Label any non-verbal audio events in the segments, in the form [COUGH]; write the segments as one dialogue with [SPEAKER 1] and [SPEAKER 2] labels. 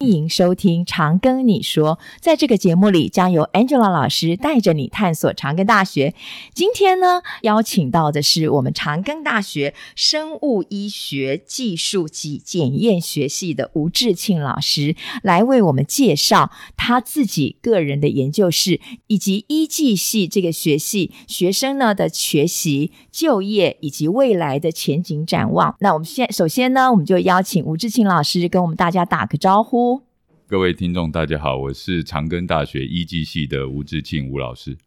[SPEAKER 1] 迎收听《常跟你说》。在这个节目里，将由 Angela 老师带着你探索常庚大学。今天呢，邀请到的是我们常庚大学生物医学技术及检验学系的吴志庆老师，来为我们介绍他自己个人的研究室，以及医技系这个学系学生呢的学习、就业以及未来的前景展望。那我们先首先呢，我们就邀请吴志庆老师跟我们大家打个招呼。
[SPEAKER 2] 各位听众，大家好，我是长庚大学医技系的吴志庆吴老师。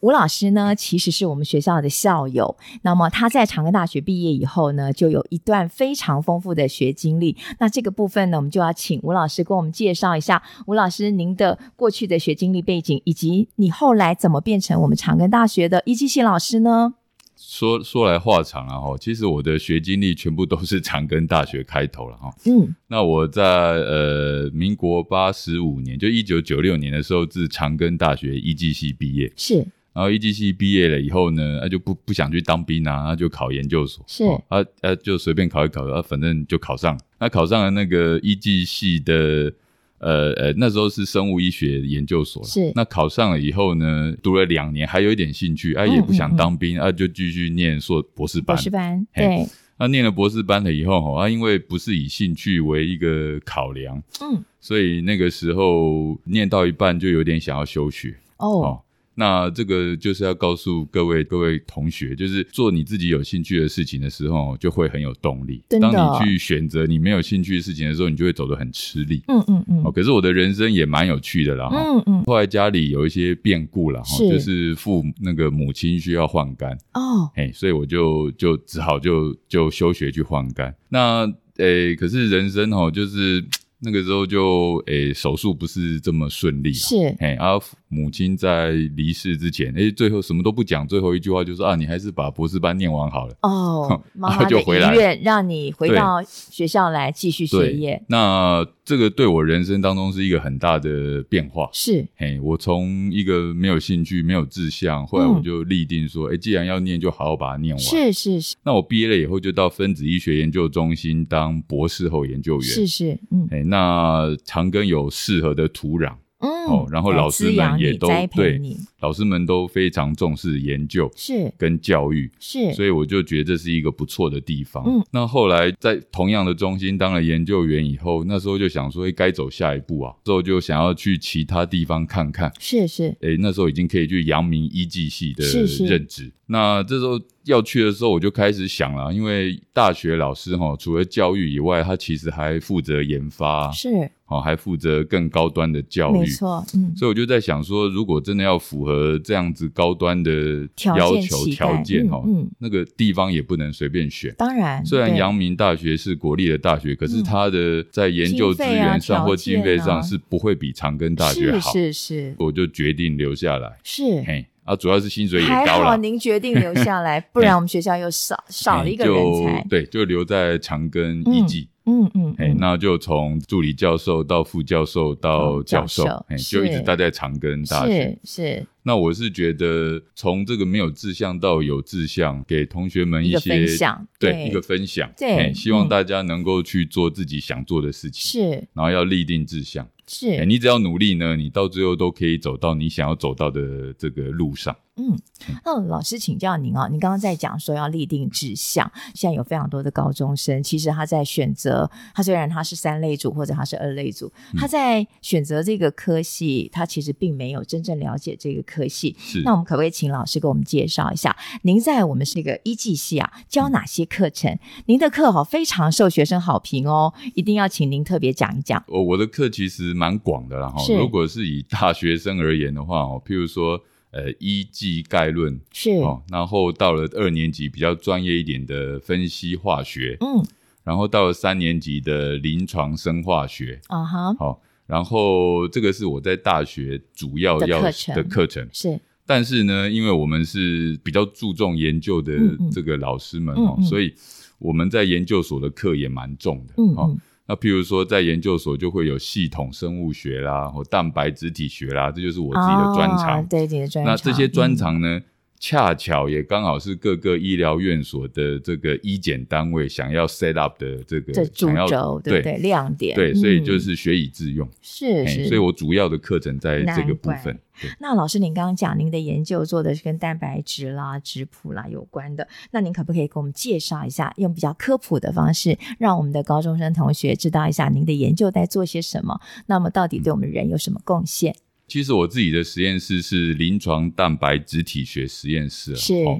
[SPEAKER 1] 吴老师呢，其实是我们学校的校友。那么他在长庚大学毕业以后呢，就有一段非常丰富的学经历。那这个部分呢，我们就要请吴老师跟我们介绍一下，吴老师您的过去的学经历背景，以及你后来怎么变成我们长庚大学的一技系老师呢？
[SPEAKER 2] 说说来话长了、哈，其实我的学经历全部都是长庚大学开头了哈。
[SPEAKER 1] 嗯
[SPEAKER 2] 那我在呃民国八十五年，就一九九六年的时候，自长庚大学医技系毕业。
[SPEAKER 1] 是
[SPEAKER 2] 然后医技系毕业了以后呢，那、就不不想去当兵啊，那就考研究所。
[SPEAKER 1] 是
[SPEAKER 2] 哦啊啊，就随便考一考，啊，反正就考上了。那考上了那个医技系的，呃呃，那时候是生物医学研究所啦
[SPEAKER 1] 是
[SPEAKER 2] 那考上了以后呢，读了两年，还有一点兴趣，啊，
[SPEAKER 1] 嗯
[SPEAKER 2] 也不
[SPEAKER 1] 嗯
[SPEAKER 2] 想
[SPEAKER 1] 嗯
[SPEAKER 2] 当兵，啊，就继续念硕博士
[SPEAKER 1] 博
[SPEAKER 2] 班。
[SPEAKER 1] 士班，
[SPEAKER 2] 嘿
[SPEAKER 1] 对，
[SPEAKER 2] 那念了博士班了以后，哦啊，因为不是以兴趣为一个考量，
[SPEAKER 1] 嗯，
[SPEAKER 2] 所以那个时候念到一半就有点想要休学。
[SPEAKER 1] 哦，
[SPEAKER 2] 哦，那这个就是要告诉各位各位同学，就是做你自己有兴趣的事情的时候，就会很有动力。
[SPEAKER 1] 真的
[SPEAKER 2] 当你去选择你没有兴趣的事情的时候，你就会走得很吃力。
[SPEAKER 1] 嗯嗯嗯
[SPEAKER 2] 哦，可是我的人生也蛮有趣的啦。哈、
[SPEAKER 1] 嗯嗯，
[SPEAKER 2] 后来家里有一些变故了，哈，
[SPEAKER 1] 是
[SPEAKER 2] 就是父母那个母亲需要换肝，
[SPEAKER 1] 哦，
[SPEAKER 2] 哎，所以我就就只好就就休学去换肝。那诶，可是人生哦，就是那个时候就诶手术不是这么顺利、啊，
[SPEAKER 1] 是
[SPEAKER 2] 哎，然、后母亲在离世之前，哎，最后什么都不讲，最后一句话就说啊，你还是把博士班念完好了。 [LAUGHS]
[SPEAKER 1] 哦，妈妈
[SPEAKER 2] 然后就
[SPEAKER 1] 的
[SPEAKER 2] 回
[SPEAKER 1] 遗
[SPEAKER 2] 来了
[SPEAKER 1] 愿让你回
[SPEAKER 2] 对
[SPEAKER 1] 到学校来继续学业
[SPEAKER 2] 对，，那这个对我人生当中是一个很大的变化。
[SPEAKER 1] 是
[SPEAKER 2] 嘿，我从一个没有兴趣、没有志向，后来
[SPEAKER 1] 嗯
[SPEAKER 2] 我就立定说，哎、既然要念，就好好把它念完。
[SPEAKER 1] 是是是
[SPEAKER 2] 那我毕业了以后，就到分子医学研究中心当博士后研究员。
[SPEAKER 1] 是是，嗯
[SPEAKER 2] 哎，那长庚有适合的土壤，
[SPEAKER 1] 嗯，
[SPEAKER 2] 哦然后
[SPEAKER 1] 来
[SPEAKER 2] 老
[SPEAKER 1] 滋
[SPEAKER 2] 师们
[SPEAKER 1] 养
[SPEAKER 2] 也
[SPEAKER 1] 你
[SPEAKER 2] 都
[SPEAKER 1] 栽培
[SPEAKER 2] 对
[SPEAKER 1] 你，
[SPEAKER 2] 老师们都非常重视研究
[SPEAKER 1] 是
[SPEAKER 2] 跟教育。
[SPEAKER 1] 是，
[SPEAKER 2] 所以我就觉得这是一个不错的地方。
[SPEAKER 1] 嗯
[SPEAKER 2] 那后来在同样的中心当了研究员以后，那时候就想说，诶该走下一步啊，之后就想要去其他地方看看。
[SPEAKER 1] 是是
[SPEAKER 2] 诶，那时候已经可以去阳明医技系的
[SPEAKER 1] 是是
[SPEAKER 2] 任职。那这时候要去的时候，我就开始想了，因为大学老师哈、除了教育以外，他其实还负责研发、啊，
[SPEAKER 1] 是，
[SPEAKER 2] 哦，还负责更高端的教
[SPEAKER 1] 没
[SPEAKER 2] 育。
[SPEAKER 1] 错，嗯，
[SPEAKER 2] 所以我就在想说，如果真的要符合这样子高端的
[SPEAKER 1] 条
[SPEAKER 2] 要
[SPEAKER 1] 件
[SPEAKER 2] 求
[SPEAKER 1] 期
[SPEAKER 2] 条
[SPEAKER 1] 待
[SPEAKER 2] 件
[SPEAKER 1] 嗯
[SPEAKER 2] 哦，
[SPEAKER 1] 嗯
[SPEAKER 2] 那个地方也不能随便选。
[SPEAKER 1] 当然，
[SPEAKER 2] 虽然
[SPEAKER 1] 对
[SPEAKER 2] 阳明大学是国立的大学，可是
[SPEAKER 1] 嗯
[SPEAKER 2] 它的在研究资源
[SPEAKER 1] 经费啊
[SPEAKER 2] 上或经费
[SPEAKER 1] 条件啊
[SPEAKER 2] 上是不会比长庚大学好。
[SPEAKER 1] 是是
[SPEAKER 2] 我就决定留下来。
[SPEAKER 1] 是
[SPEAKER 2] 嘿，啊，主要是薪水
[SPEAKER 1] 是，
[SPEAKER 2] 也
[SPEAKER 1] 还
[SPEAKER 2] 高
[SPEAKER 1] 好
[SPEAKER 2] 了。
[SPEAKER 1] 您决定留下来，不然我们学校又少少了
[SPEAKER 2] 嘿
[SPEAKER 1] 一个人
[SPEAKER 2] 就
[SPEAKER 1] 才，
[SPEAKER 2] 对，就留在长庚一技。
[SPEAKER 1] 嗯嗯，
[SPEAKER 2] 哎、
[SPEAKER 1] 嗯
[SPEAKER 2] 那就从助理教授到副教授到
[SPEAKER 1] 哦教
[SPEAKER 2] 教授
[SPEAKER 1] 授，
[SPEAKER 2] 哎、就一直
[SPEAKER 1] 是
[SPEAKER 2] 待在长庚大学。
[SPEAKER 1] 是是
[SPEAKER 2] 那我是觉得从这个没有志向到有志向，给同学们
[SPEAKER 1] 一
[SPEAKER 2] 一
[SPEAKER 1] 个
[SPEAKER 2] 些
[SPEAKER 1] 分享，
[SPEAKER 2] 对一个分享，
[SPEAKER 1] 对
[SPEAKER 2] 哎希望
[SPEAKER 1] 嗯
[SPEAKER 2] 大家能够去做自己想做的事情，
[SPEAKER 1] 是
[SPEAKER 2] 然后要立定志向。哎
[SPEAKER 1] 是，
[SPEAKER 2] 你只要努力呢，你到最后都可以走到你想要走到的这个路上。
[SPEAKER 1] 嗯，那老师请教您啊、您刚刚在讲说要立定志向，现在有非常多的高中生，其实他在选择，他虽然他是三类组或者他是二类组，
[SPEAKER 2] 嗯
[SPEAKER 1] 他在选择这个科系，他其实并没有真正了解这个科系。
[SPEAKER 2] 是
[SPEAKER 1] 那我们可不可以请老师给我们介绍一下，您在我们这个医技系啊教哪些课程？您的课好非常受学生好评哦，一定要请您特别讲一讲。
[SPEAKER 2] 我我的课其实蛮广的啦哈
[SPEAKER 1] 是。
[SPEAKER 2] 如果是以大学生而言的话哦，譬如说呃一技概论
[SPEAKER 1] 是，
[SPEAKER 2] 哦，然后到了二年级比较专业一点的分析化学，
[SPEAKER 1] 嗯
[SPEAKER 2] 然后到了三年级的临床生化学，
[SPEAKER 1] 啊哈，
[SPEAKER 2] 好、然后这个是我在大学主要
[SPEAKER 1] 的
[SPEAKER 2] 要
[SPEAKER 1] 课程
[SPEAKER 2] 的课程，
[SPEAKER 1] 是
[SPEAKER 2] 但是呢，因为我们是比较注重研究的
[SPEAKER 1] 嗯嗯
[SPEAKER 2] 这个老师们
[SPEAKER 1] 嗯
[SPEAKER 2] 哦，
[SPEAKER 1] 嗯
[SPEAKER 2] 所以我们在研究所的课也蛮重的，
[SPEAKER 1] 嗯
[SPEAKER 2] 哦
[SPEAKER 1] 嗯。
[SPEAKER 2] 那譬如说，在研究所就会有系统生物学啦，或蛋白质体学啦，这就是我自己的专
[SPEAKER 1] 啊
[SPEAKER 2] 长。
[SPEAKER 1] 对你的专长，
[SPEAKER 2] 那这些专
[SPEAKER 1] 嗯
[SPEAKER 2] 长呢，恰巧也刚好是各个医疗院所的这个医检单位想要 set up 的这个
[SPEAKER 1] 这
[SPEAKER 2] 想
[SPEAKER 1] 主
[SPEAKER 2] 要
[SPEAKER 1] 轴对
[SPEAKER 2] 对
[SPEAKER 1] 不对？亮点
[SPEAKER 2] 对，所以就
[SPEAKER 1] 嗯
[SPEAKER 2] 是学以致用。
[SPEAKER 1] 是
[SPEAKER 2] 嘿
[SPEAKER 1] 是，
[SPEAKER 2] 所以我主要的课程在这个部
[SPEAKER 1] 难
[SPEAKER 2] 分。对
[SPEAKER 1] 那老师，您刚刚讲您的研究做的是跟蛋白质啦、质谱啦有关的，那您可不可以给我们介绍一下，用比较科普的方式，让我们的高中生同学知道一下您的研究在做些什么？那么到
[SPEAKER 2] 嗯
[SPEAKER 1] 底对我们人有什么贡献？
[SPEAKER 2] 其实我自己的实验室是临床蛋白质体学实验室、啊。
[SPEAKER 1] 是
[SPEAKER 2] 哦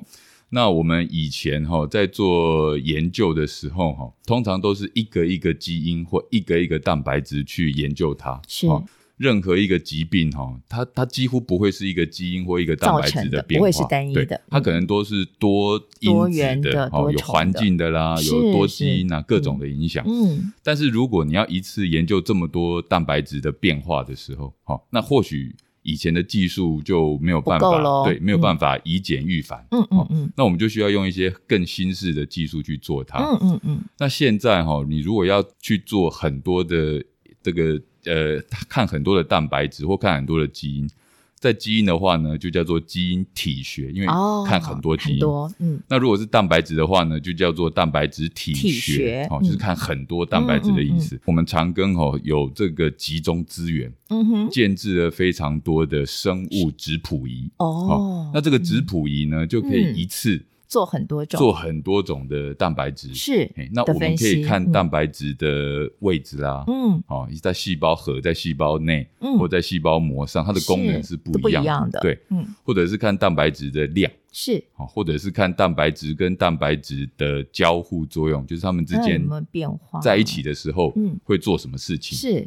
[SPEAKER 2] 那我们以前哈、在做研究的时候哈、通常都是一个一个基因或一个一个蛋白质去研究它。
[SPEAKER 1] 是
[SPEAKER 2] 任何一个疾病哈、它它几乎不会是一个基因或一个蛋白
[SPEAKER 1] 造
[SPEAKER 2] 质
[SPEAKER 1] 成的
[SPEAKER 2] 变化，
[SPEAKER 1] 不会是单一的
[SPEAKER 2] 对
[SPEAKER 1] 嗯
[SPEAKER 2] 它可能都是多因
[SPEAKER 1] 多
[SPEAKER 2] 子
[SPEAKER 1] 元的
[SPEAKER 2] 哦，
[SPEAKER 1] 多
[SPEAKER 2] 有
[SPEAKER 1] 重
[SPEAKER 2] 环
[SPEAKER 1] 的
[SPEAKER 2] 境的啦，
[SPEAKER 1] 是
[SPEAKER 2] 有多
[SPEAKER 1] 是
[SPEAKER 2] 基因啊，各种的影响。
[SPEAKER 1] 嗯，
[SPEAKER 2] 但是如果你要一次研究这么多蛋白质的变化的时候，好、那或许以前的技术就没有办
[SPEAKER 1] 不够
[SPEAKER 2] 法，
[SPEAKER 1] 咯
[SPEAKER 2] 对，没有
[SPEAKER 1] 嗯
[SPEAKER 2] 办法以简驭繁。
[SPEAKER 1] 嗯嗯嗯
[SPEAKER 2] 那我们就需要用一些更新式的技术去做它。
[SPEAKER 1] 嗯嗯嗯，
[SPEAKER 2] 那现在哈、你如果要去做很多的这个呃，看很多的蛋白质或看很多的基因，在基因的话呢，就叫做基因体学，因为
[SPEAKER 1] 哦，
[SPEAKER 2] 看很多基
[SPEAKER 1] 很
[SPEAKER 2] 因。
[SPEAKER 1] 多，嗯，
[SPEAKER 2] 那如果是蛋白质的话呢，就叫做蛋白质体学，
[SPEAKER 1] 体学
[SPEAKER 2] 哦
[SPEAKER 1] 嗯，
[SPEAKER 2] 就是看很多蛋白质的意思。我们长庚哦有这个集中资源，
[SPEAKER 1] 嗯哼，
[SPEAKER 2] 建制了非常多的生物质谱仪。
[SPEAKER 1] 哦，
[SPEAKER 2] 那这个质
[SPEAKER 1] 嗯
[SPEAKER 2] 谱仪呢，就可以一次
[SPEAKER 1] 做很多种，
[SPEAKER 2] 做很多种的蛋白质。
[SPEAKER 1] 是
[SPEAKER 2] 嘿那
[SPEAKER 1] 的
[SPEAKER 2] 我们
[SPEAKER 1] 分
[SPEAKER 2] 可以
[SPEAKER 1] 析
[SPEAKER 2] 看
[SPEAKER 1] 嗯
[SPEAKER 2] 蛋白质的位置啦，
[SPEAKER 1] 嗯
[SPEAKER 2] 哦，在细胞核、在细胞内
[SPEAKER 1] 嗯
[SPEAKER 2] 或在细胞膜上，它的功能是不
[SPEAKER 1] 都
[SPEAKER 2] 一样
[SPEAKER 1] 一样的，
[SPEAKER 2] 对，
[SPEAKER 1] 嗯，
[SPEAKER 2] 或者是看蛋白质的量。
[SPEAKER 1] 是
[SPEAKER 2] 哦，或者是看蛋白质跟蛋白质的交互作用，就是它们之
[SPEAKER 1] 那有
[SPEAKER 2] 间
[SPEAKER 1] 没有变化
[SPEAKER 2] 在一起的时候
[SPEAKER 1] 嗯
[SPEAKER 2] 会做什么事情。
[SPEAKER 1] 是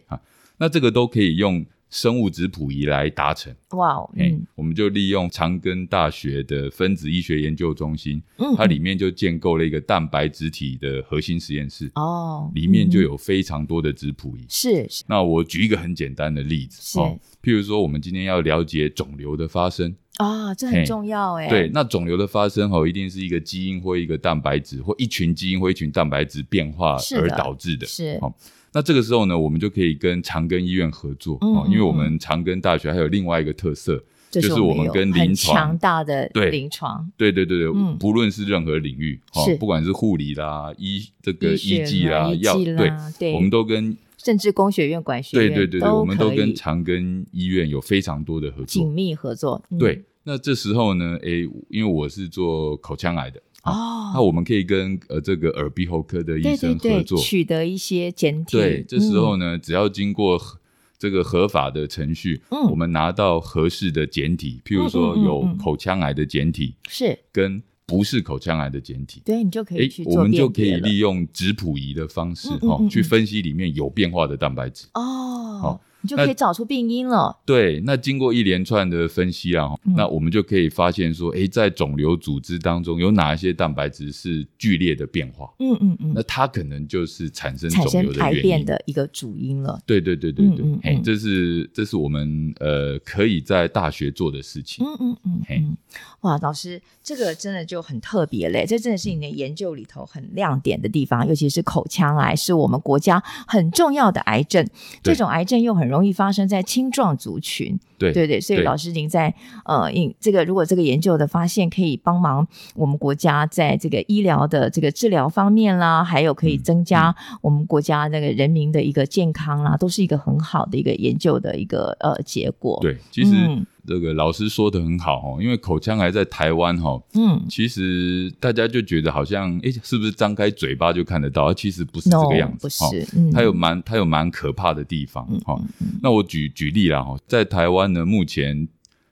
[SPEAKER 2] 那这个都可以用生物质谱仪来达成。
[SPEAKER 1] 哇哦，
[SPEAKER 2] 哎、
[SPEAKER 1] 嗯
[SPEAKER 2] 我们就利用长庚大学的分子医学研究中心，
[SPEAKER 1] 嗯，
[SPEAKER 2] 它里面就建构了一个蛋白质体的核心实验室，
[SPEAKER 1] 哦，
[SPEAKER 2] 里面就
[SPEAKER 1] 嗯
[SPEAKER 2] 有非常多的质谱仪。
[SPEAKER 1] 是是
[SPEAKER 2] 那我举一个很简单的例
[SPEAKER 1] 是
[SPEAKER 2] 子，，哦譬如说我们今天要了解肿瘤的发生，
[SPEAKER 1] 啊，这很
[SPEAKER 2] 嘿
[SPEAKER 1] 重要哎，
[SPEAKER 2] 对，，那肿瘤的发生哦，一定是一个基因或一个蛋白质或一群基因或一群蛋白质变化
[SPEAKER 1] 是的
[SPEAKER 2] 而导致的。
[SPEAKER 1] 是
[SPEAKER 2] 好那这个时候呢，我们就可以跟长庚医院合作
[SPEAKER 1] 嗯
[SPEAKER 2] 哦，因为
[SPEAKER 1] 嗯
[SPEAKER 2] 我们长庚大学还有另外一个特色，
[SPEAKER 1] 这
[SPEAKER 2] 就是
[SPEAKER 1] 我
[SPEAKER 2] 我们
[SPEAKER 1] 有
[SPEAKER 2] 跟
[SPEAKER 1] 很
[SPEAKER 2] 临床
[SPEAKER 1] 强大的
[SPEAKER 2] 对
[SPEAKER 1] 临床
[SPEAKER 2] 对对对对，
[SPEAKER 1] 嗯
[SPEAKER 2] 不论是任何领域哦
[SPEAKER 1] 是，
[SPEAKER 2] 不管是护理啦、医这个
[SPEAKER 1] 医学
[SPEAKER 2] 医技
[SPEAKER 1] 啦
[SPEAKER 2] 啦、
[SPEAKER 1] 医
[SPEAKER 2] 药，
[SPEAKER 1] 技
[SPEAKER 2] 对
[SPEAKER 1] 啦，对
[SPEAKER 2] 我们都跟
[SPEAKER 1] 甚至工学院、管学
[SPEAKER 2] 对
[SPEAKER 1] 院
[SPEAKER 2] 对对对，我们都
[SPEAKER 1] 可
[SPEAKER 2] 跟
[SPEAKER 1] 以
[SPEAKER 2] 长庚医院有非常多的合
[SPEAKER 1] 紧
[SPEAKER 2] 作。
[SPEAKER 1] 密合作，嗯
[SPEAKER 2] 对，那这时候呢，诶，因为我是做口腔癌的。那
[SPEAKER 1] 哦，
[SPEAKER 2] 我们可以跟呃这个耳鼻喉科的医
[SPEAKER 1] 对对
[SPEAKER 2] 生合
[SPEAKER 1] 对，
[SPEAKER 2] 作。
[SPEAKER 1] 取得一些简体，
[SPEAKER 2] 对这时候
[SPEAKER 1] 嗯
[SPEAKER 2] 呢，只要经过合这个合法的程序，
[SPEAKER 1] 嗯
[SPEAKER 2] 我们拿到合适的简体，譬如说
[SPEAKER 1] 嗯嗯嗯
[SPEAKER 2] 有
[SPEAKER 1] 嗯
[SPEAKER 2] 口腔癌的简体
[SPEAKER 1] 是
[SPEAKER 2] 跟不是口腔癌的简体。
[SPEAKER 1] 对你就可以
[SPEAKER 2] 诶
[SPEAKER 1] 去
[SPEAKER 2] 哎我
[SPEAKER 1] 做
[SPEAKER 2] 们就
[SPEAKER 1] 辨
[SPEAKER 2] 可
[SPEAKER 1] 别
[SPEAKER 2] 以
[SPEAKER 1] 了
[SPEAKER 2] 利用质谱仪的方式
[SPEAKER 1] 嗯嗯
[SPEAKER 2] 哈、
[SPEAKER 1] 嗯
[SPEAKER 2] 去
[SPEAKER 1] 嗯
[SPEAKER 2] 分析里面有变化的蛋白质。
[SPEAKER 1] 哦
[SPEAKER 2] 好，
[SPEAKER 1] 你就
[SPEAKER 2] 那
[SPEAKER 1] 可以找出病因了，
[SPEAKER 2] 对，那经过一连串的分析啊，
[SPEAKER 1] 嗯
[SPEAKER 2] 那我们就可以发现说，诶，在肿瘤组织当中有哪一些蛋白质是剧烈的变化。
[SPEAKER 1] 嗯嗯嗯
[SPEAKER 2] 那，它可能就是产生
[SPEAKER 1] 产
[SPEAKER 2] 肿
[SPEAKER 1] 生
[SPEAKER 2] 瘤的
[SPEAKER 1] 排
[SPEAKER 2] 原
[SPEAKER 1] 便
[SPEAKER 2] 因。
[SPEAKER 1] 的一个主因了，
[SPEAKER 2] 对对对对对
[SPEAKER 1] 嗯嗯，
[SPEAKER 2] 嘿，
[SPEAKER 1] 嗯
[SPEAKER 2] 这是这是我们呃可以在大学做的事情。
[SPEAKER 1] 嗯嗯嗯
[SPEAKER 2] 嘿
[SPEAKER 1] 嗯，哇，老师，这个真的就很特别嘞，这真的是你的研究里头很亮点的地方，尤其是口腔癌是我们国家很重要的癌症，这
[SPEAKER 2] 对
[SPEAKER 1] 种癌症又很容易发生在青壮族群，
[SPEAKER 2] 对
[SPEAKER 1] 对对，所以老师您在呃，应这个如果这个研究的发现可以帮忙我们国家在这个医疗的这个治疗方面啦，还有可以
[SPEAKER 2] 嗯
[SPEAKER 1] 增加我们国家那个人民的一个健康啦，都是一个很好的一个研究的一个呃结果，，
[SPEAKER 2] 对，其实
[SPEAKER 1] 嗯
[SPEAKER 2] 这个老师说的很好哦，因为口腔癌在台湾哈，
[SPEAKER 1] 嗯。
[SPEAKER 2] 其实大家就觉得好像诶，是不是张开嘴巴就看得到？其实不是
[SPEAKER 1] no，
[SPEAKER 2] 这个样
[SPEAKER 1] 不
[SPEAKER 2] 子，哦
[SPEAKER 1] 是，嗯，
[SPEAKER 2] 它有蛮它有蛮可怕的地方
[SPEAKER 1] 嗯
[SPEAKER 2] 哈。哦那我举举例啦哈，在台湾呢，目前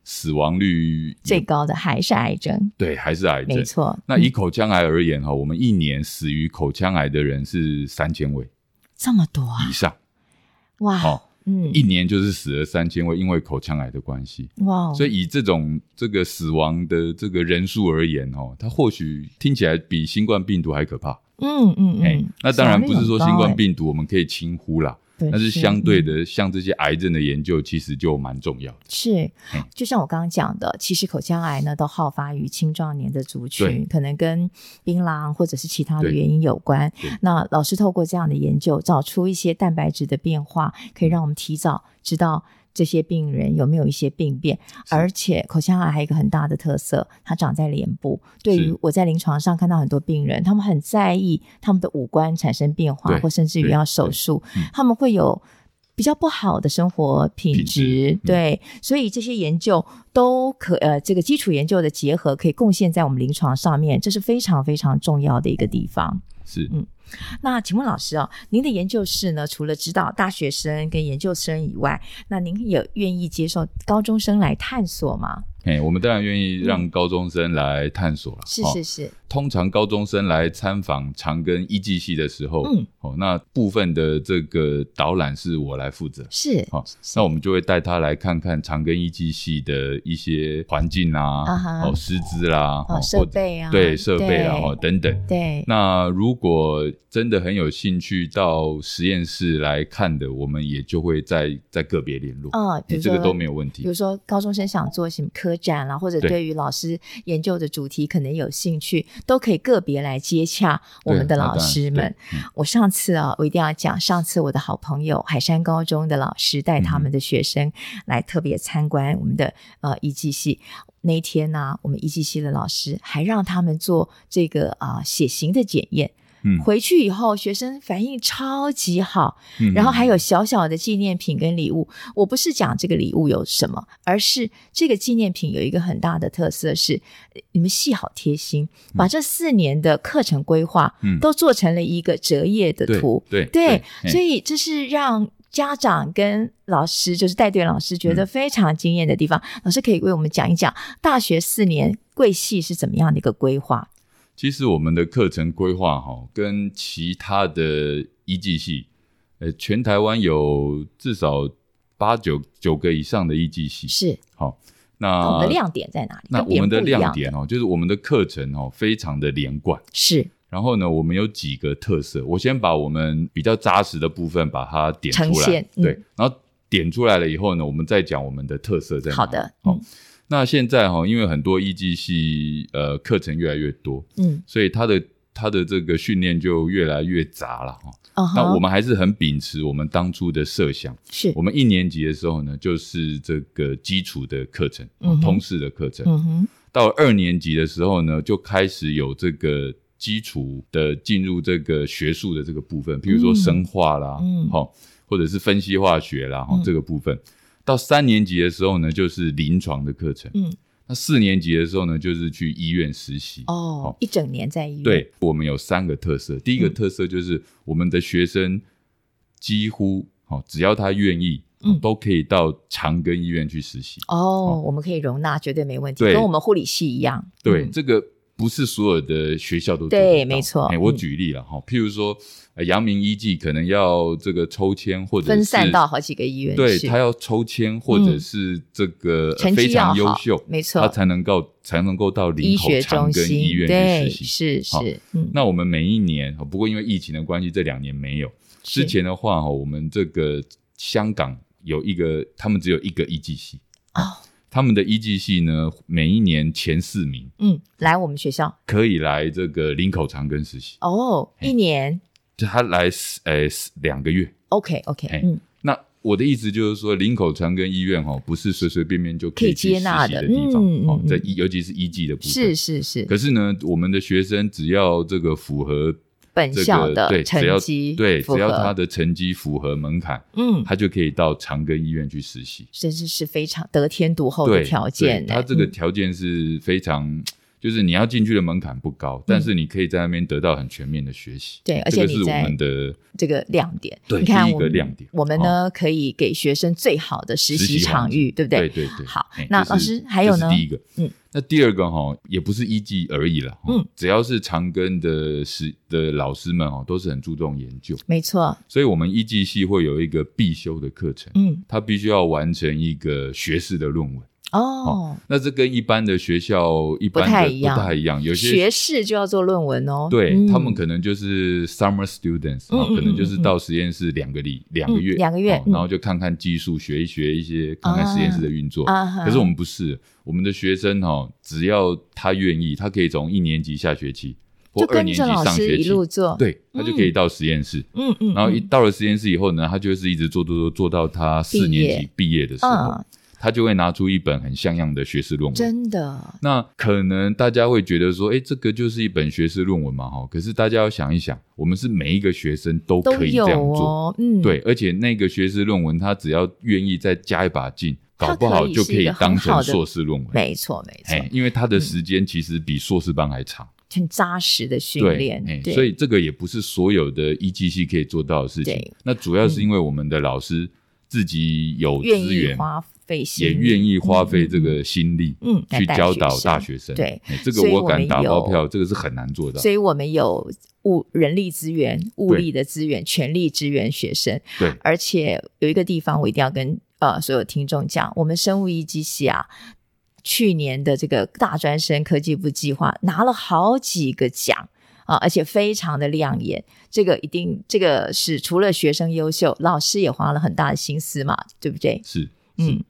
[SPEAKER 2] 死亡率也
[SPEAKER 1] 最高的还是癌症，
[SPEAKER 2] 对还是癌
[SPEAKER 1] 没
[SPEAKER 2] 症，
[SPEAKER 1] 错。
[SPEAKER 2] 那
[SPEAKER 1] 嗯
[SPEAKER 2] 以口腔癌而言哈，我们一年死于口腔癌的人是三千位
[SPEAKER 1] 这么多啊，
[SPEAKER 2] 以上，
[SPEAKER 1] 哇，
[SPEAKER 2] 哦，
[SPEAKER 1] 嗯，
[SPEAKER 2] 一年就是死了三千位，因为口腔癌的关系。
[SPEAKER 1] 哇哦，
[SPEAKER 2] 所以以这种这个死亡的这个人数而言，哦，它或许听起来比新冠病毒还可怕。
[SPEAKER 1] 嗯嗯
[SPEAKER 2] 哎、
[SPEAKER 1] 嗯，
[SPEAKER 2] 那当然不是说新冠
[SPEAKER 1] 病，
[SPEAKER 2] 病毒我们可以轻忽啦，
[SPEAKER 1] 对啊嗯
[SPEAKER 2] 但是相对的，像这些癌症的研究，其实就蛮重要的。
[SPEAKER 1] 是
[SPEAKER 2] 哎，
[SPEAKER 1] 就像我刚刚讲的，其实口腔癌呢都好发于青壮年的族群
[SPEAKER 2] 对，
[SPEAKER 1] 可能跟槟榔或者是其他的
[SPEAKER 2] 对
[SPEAKER 1] 原因有关
[SPEAKER 2] 对。
[SPEAKER 1] 那
[SPEAKER 2] 嗯
[SPEAKER 1] 老师透过这样的研究，找出一些蛋白质的变化，可以让我们提早知道这些病人有没有一些病变，而且口腔癌还有一个很大的特色，它长在脸部。对于
[SPEAKER 2] 是
[SPEAKER 1] 我在临床上看到很多病人，他们很在意他们的五官产生变化，
[SPEAKER 2] 对
[SPEAKER 1] 或甚至于
[SPEAKER 2] 对
[SPEAKER 1] 要手术
[SPEAKER 2] 对嗯，
[SPEAKER 1] 他们会有。比较不好的生活品
[SPEAKER 2] 品
[SPEAKER 1] 质
[SPEAKER 2] 质，嗯
[SPEAKER 1] 对，所以这些研究都可呃，这个基础研究的结合可以贡献在我们临床上面，这是非常非常重要的一个地方。
[SPEAKER 2] 是
[SPEAKER 1] 嗯那请问老师哦，您的研究室呢，除了指导大学生跟研究生以外，那您也愿意接受高中生来探索吗？
[SPEAKER 2] 哎、我们当然愿意让高中生来探索了。
[SPEAKER 1] 是
[SPEAKER 2] 哦
[SPEAKER 1] 是是，
[SPEAKER 2] 通常高中生来参访长庚一技系的时候，
[SPEAKER 1] 嗯，
[SPEAKER 2] 哦，那部分的这个导览是我来负责。
[SPEAKER 1] 是
[SPEAKER 2] 好、那我们就会带他来看看长庚一技系的一些环境啊，
[SPEAKER 1] 啊哈
[SPEAKER 2] 哦，师资啦，
[SPEAKER 1] 哦，
[SPEAKER 2] 哦
[SPEAKER 1] 设、备啊，
[SPEAKER 2] 或对设备啦，哦，
[SPEAKER 1] 对
[SPEAKER 2] 等等。
[SPEAKER 1] 对，
[SPEAKER 2] 那如果真的很有兴趣到实验室来看的，我们也就会再再个别联络。
[SPEAKER 1] 嗯，比
[SPEAKER 2] 你
[SPEAKER 1] 如
[SPEAKER 2] 这
[SPEAKER 1] 说
[SPEAKER 2] 个都没有问
[SPEAKER 1] 比
[SPEAKER 2] 题
[SPEAKER 1] 如。说高中生想做什么科展啊啦，或者
[SPEAKER 2] 对
[SPEAKER 1] 对于老师研究的主题可能有兴趣，都可以个别来接洽我们的
[SPEAKER 2] 对那
[SPEAKER 1] 老
[SPEAKER 2] 当然
[SPEAKER 1] 师
[SPEAKER 2] 对嗯
[SPEAKER 1] 们。我上次啊，我一定要讲，上次我的好朋友海山高中的老师带他们的学生来特别参观我们的呃一技系。那一天呢、我们一技系的老师还让他们做这个啊、血型的检验。
[SPEAKER 2] 嗯
[SPEAKER 1] 回去以后学生反应超级好，
[SPEAKER 2] 嗯
[SPEAKER 1] 然后还有小小的纪念品跟礼物。我不是讲这个礼物有什么，而是这个纪念品有一个很大的特色是，呃你们系好贴心，把这四年的课程规划
[SPEAKER 2] 嗯
[SPEAKER 1] 都做成了一个折页的
[SPEAKER 2] 对
[SPEAKER 1] 图。
[SPEAKER 2] 对哎
[SPEAKER 1] 对，所
[SPEAKER 2] 以
[SPEAKER 1] 以这是让。家长跟老师，就是带队老师，觉
[SPEAKER 2] 嗯
[SPEAKER 1] 得非常惊艳的地方。老师可以为我们讲一讲大学四年贵系是怎么样的一个规划？
[SPEAKER 2] 哎其实我们的课程规划哈、哦，跟其他的一技系，呃，全台湾有至少八九九个以上的一技系。
[SPEAKER 1] 是、
[SPEAKER 2] 好、
[SPEAKER 1] 那我们
[SPEAKER 2] 那
[SPEAKER 1] 的亮点在哪里？
[SPEAKER 2] 呃那
[SPEAKER 1] 跟
[SPEAKER 2] 我
[SPEAKER 1] 别
[SPEAKER 2] 们
[SPEAKER 1] 人不
[SPEAKER 2] 的
[SPEAKER 1] 一样
[SPEAKER 2] 亮点哦，就是我们的课程哦，非常的连贯。
[SPEAKER 1] 是
[SPEAKER 2] 然后呢，我们有几个特色，我先把我们比较扎实的部分把它点出来，
[SPEAKER 1] 呈现嗯
[SPEAKER 2] 对，然后点出来了以后呢，我们再讲我们的特色在哪里。
[SPEAKER 1] 好的，
[SPEAKER 2] 好、那现在哈、因为很多一技系呃课程越来越多，
[SPEAKER 1] 嗯，
[SPEAKER 2] 所以它的它的这个训练就越来越杂了哈、
[SPEAKER 1] 嗯哼
[SPEAKER 2] 那我们还是很秉持我们当初的设想，
[SPEAKER 1] 是
[SPEAKER 2] 我们一年级的时候呢，就是这个基础的课程，
[SPEAKER 1] 嗯哼
[SPEAKER 2] 通识的课程，
[SPEAKER 1] 嗯哼，
[SPEAKER 2] 到二年级的时候呢，就开始有这个基础的进入这个学术的这个部分，譬如说生化啦，
[SPEAKER 1] 嗯嗯
[SPEAKER 2] 好、或者是分析化学啦，哈、
[SPEAKER 1] 嗯
[SPEAKER 2] 这个部分。到三年级的时候呢，就是临床的课程。
[SPEAKER 1] 嗯，
[SPEAKER 2] 那四年级的时候呢，就是去医院实习。
[SPEAKER 1] 哦
[SPEAKER 2] 好，
[SPEAKER 1] 一整年在医院，，
[SPEAKER 2] 对我们有三个特色，第一个
[SPEAKER 1] 嗯
[SPEAKER 2] 特色就是我们的学生几乎哦，只要他愿意，
[SPEAKER 1] 嗯
[SPEAKER 2] 都可以到长庚医院去实习。
[SPEAKER 1] 哦，我们可以容纳，绝对没问题，
[SPEAKER 2] 对
[SPEAKER 1] 跟我们护理系一样，
[SPEAKER 2] 对，
[SPEAKER 1] 嗯
[SPEAKER 2] 这个不是所有的学校都做
[SPEAKER 1] 对
[SPEAKER 2] 得到
[SPEAKER 1] 没错
[SPEAKER 2] 哎，我
[SPEAKER 1] 嗯
[SPEAKER 2] 举例了哈，譬如说，呃阳明医技可能要这个抽签，或者
[SPEAKER 1] 分散
[SPEAKER 2] 是
[SPEAKER 1] 到好几个医院
[SPEAKER 2] 对
[SPEAKER 1] 去
[SPEAKER 2] 他要抽签，或者
[SPEAKER 1] 嗯
[SPEAKER 2] 是这个呃
[SPEAKER 1] 成
[SPEAKER 2] 非
[SPEAKER 1] 绩要
[SPEAKER 2] 常优
[SPEAKER 1] 好，
[SPEAKER 2] 秀，
[SPEAKER 1] 没错
[SPEAKER 2] 他，才能够才能够到
[SPEAKER 1] 医
[SPEAKER 2] 林口
[SPEAKER 1] 学
[SPEAKER 2] 长
[SPEAKER 1] 中
[SPEAKER 2] 庚
[SPEAKER 1] 心，
[SPEAKER 2] 医院
[SPEAKER 1] 对，
[SPEAKER 2] 去实习。
[SPEAKER 1] 是
[SPEAKER 2] 好
[SPEAKER 1] 是，嗯，
[SPEAKER 2] 那我们每一年，哦不过因为疫情的关系，这两年没有。之
[SPEAKER 1] 是
[SPEAKER 2] 前的话，哦我们这个香港有一个，他们只有一个一技系，
[SPEAKER 1] 哦，
[SPEAKER 2] 他们的一技系呢，每一年前四名
[SPEAKER 1] 嗯，来我们学校
[SPEAKER 2] 可以来这个林口长庚实习，
[SPEAKER 1] 哦，一年
[SPEAKER 2] 就他来四呃四两个月。
[SPEAKER 1] ，OK OK，
[SPEAKER 2] 哎
[SPEAKER 1] 嗯，
[SPEAKER 2] 那我的意思就是说，林口长庚医院哦，不是随随便便就
[SPEAKER 1] 可以
[SPEAKER 2] 以去
[SPEAKER 1] 接纳
[SPEAKER 2] 实习
[SPEAKER 1] 的
[SPEAKER 2] 的地方
[SPEAKER 1] 嗯
[SPEAKER 2] 哦
[SPEAKER 1] 嗯，
[SPEAKER 2] 在
[SPEAKER 1] 嗯
[SPEAKER 2] 医尤其是医技的部分。
[SPEAKER 1] 是是是，
[SPEAKER 2] 可是呢，我们的学生只要这个符合
[SPEAKER 1] 本
[SPEAKER 2] 这
[SPEAKER 1] 校
[SPEAKER 2] 个
[SPEAKER 1] 的
[SPEAKER 2] 对，只
[SPEAKER 1] 成
[SPEAKER 2] 要
[SPEAKER 1] 绩
[SPEAKER 2] 对，
[SPEAKER 1] 符
[SPEAKER 2] 只要
[SPEAKER 1] 合
[SPEAKER 2] 他的成绩符合门槛，
[SPEAKER 1] 嗯，
[SPEAKER 2] 他就可以到长庚医院去实习。
[SPEAKER 1] 这是是非常得天独厚的
[SPEAKER 2] 对，
[SPEAKER 1] 哦条
[SPEAKER 2] 对
[SPEAKER 1] 件呢，
[SPEAKER 2] 他这个
[SPEAKER 1] 嗯
[SPEAKER 2] 条件是非常。就是你要进去的门槛不高，但是你可以在那边得到很全面的学习。
[SPEAKER 1] 对而且
[SPEAKER 2] 这个
[SPEAKER 1] 你
[SPEAKER 2] 是我
[SPEAKER 1] 在
[SPEAKER 2] 们的
[SPEAKER 1] 这个亮点。
[SPEAKER 2] 对
[SPEAKER 1] 你看
[SPEAKER 2] 第一
[SPEAKER 1] 我
[SPEAKER 2] 个
[SPEAKER 1] 们
[SPEAKER 2] 亮点哦
[SPEAKER 1] 我们呢、可以给学生最好的实习场域，对不对？
[SPEAKER 2] 对对对。
[SPEAKER 1] 好
[SPEAKER 2] 哎
[SPEAKER 1] 那
[SPEAKER 2] 这是
[SPEAKER 1] 老师还有呢
[SPEAKER 2] 这是第一个，
[SPEAKER 1] 嗯，
[SPEAKER 2] 那第二个哈，也不是一技而已了，
[SPEAKER 1] 嗯
[SPEAKER 2] 嗯，只要是长庚的师的老师们哈，都是很注重研究，
[SPEAKER 1] 没错，
[SPEAKER 2] 所以我们一技系会有一个必修的课程，
[SPEAKER 1] 嗯，
[SPEAKER 2] 他必须要完成一个学士的论文。
[SPEAKER 1] 哦，
[SPEAKER 2] 那这跟一般的学校一般的
[SPEAKER 1] 不太一样
[SPEAKER 2] 不太一样，有些
[SPEAKER 1] 学士就要做论文哦，
[SPEAKER 2] 对、
[SPEAKER 1] 嗯
[SPEAKER 2] 他们可能就是 summer students，、
[SPEAKER 1] 嗯
[SPEAKER 2] 哦
[SPEAKER 1] 嗯、
[SPEAKER 2] 可能就是
[SPEAKER 1] 嗯嗯
[SPEAKER 2] 到实验室两个礼、两个月、
[SPEAKER 1] 嗯两个月
[SPEAKER 2] 哦
[SPEAKER 1] 嗯
[SPEAKER 2] 然后就看看技术，学一学一些，看看实验室的运作。
[SPEAKER 1] 啊哈，
[SPEAKER 2] 可是我们不是，我们的学生哈、哦，只要他愿意，他可以从一年级下学期或
[SPEAKER 1] 就
[SPEAKER 2] 二
[SPEAKER 1] 跟
[SPEAKER 2] 年级
[SPEAKER 1] 着老
[SPEAKER 2] 上
[SPEAKER 1] 师
[SPEAKER 2] 学
[SPEAKER 1] 一
[SPEAKER 2] 期，
[SPEAKER 1] 路做，，
[SPEAKER 2] 对他就可以到实验室。
[SPEAKER 1] 嗯嗯，
[SPEAKER 2] 然后一
[SPEAKER 1] 嗯
[SPEAKER 2] 到了实验室以后呢，他就会是一直做做做做到他四
[SPEAKER 1] 毕业
[SPEAKER 2] 年级毕业的时候，
[SPEAKER 1] 嗯，
[SPEAKER 2] 他就会拿出一本很像样的学士论文。
[SPEAKER 1] 真的，
[SPEAKER 2] 那可能大家会觉得说，哎，这个就是一本学士论文嘛，哈。可是大家要想一想，我们是每一个学生都
[SPEAKER 1] 都
[SPEAKER 2] 可以
[SPEAKER 1] 有
[SPEAKER 2] 这样做，
[SPEAKER 1] 哦，嗯，
[SPEAKER 2] 对，，而且那个学士论文，他只要愿意再加一把劲，
[SPEAKER 1] 它
[SPEAKER 2] 搞不好
[SPEAKER 1] 可以
[SPEAKER 2] 就是可
[SPEAKER 1] 一
[SPEAKER 2] 以
[SPEAKER 1] 个很
[SPEAKER 2] 当
[SPEAKER 1] 好
[SPEAKER 2] 成
[SPEAKER 1] 的
[SPEAKER 2] 硕士论文。
[SPEAKER 1] 没错没错，嗯
[SPEAKER 2] 哎，因为他的时间其实比硕士班还长，
[SPEAKER 1] 很扎实的训
[SPEAKER 2] 对
[SPEAKER 1] 练，，
[SPEAKER 2] 哎
[SPEAKER 1] 对，
[SPEAKER 2] 所以这个也不是所有的一技系可以做到的事情
[SPEAKER 1] 对。嗯
[SPEAKER 2] 那主要是因为我们的老师自己有
[SPEAKER 1] 愿
[SPEAKER 2] 资
[SPEAKER 1] 意
[SPEAKER 2] 源，
[SPEAKER 1] 花费心
[SPEAKER 2] 也
[SPEAKER 1] 力，
[SPEAKER 2] 愿意花费
[SPEAKER 1] 嗯
[SPEAKER 2] 这个心力，
[SPEAKER 1] 嗯嗯来
[SPEAKER 2] 去
[SPEAKER 1] 带
[SPEAKER 2] 教
[SPEAKER 1] 学
[SPEAKER 2] 导
[SPEAKER 1] 生
[SPEAKER 2] 大学生。
[SPEAKER 1] 对
[SPEAKER 2] 哎，这个
[SPEAKER 1] 所以
[SPEAKER 2] 我
[SPEAKER 1] 我
[SPEAKER 2] 敢
[SPEAKER 1] 们
[SPEAKER 2] 打包
[SPEAKER 1] 有
[SPEAKER 2] 票，这个是很难做到。
[SPEAKER 1] 所以我们有物人力资源、物
[SPEAKER 2] 对
[SPEAKER 1] 力的资源、全力支援学生。
[SPEAKER 2] 对
[SPEAKER 1] 而且有一个地方我一定要跟呃所有听众讲，我们生物一机系啊。去年的这个大专生科技部计划拿了好几个奖啊，而且非常的亮眼。这个一定，这个是除了学生优秀，老师也花了很大的心思嘛，对不对？
[SPEAKER 2] 是，
[SPEAKER 1] 嗯，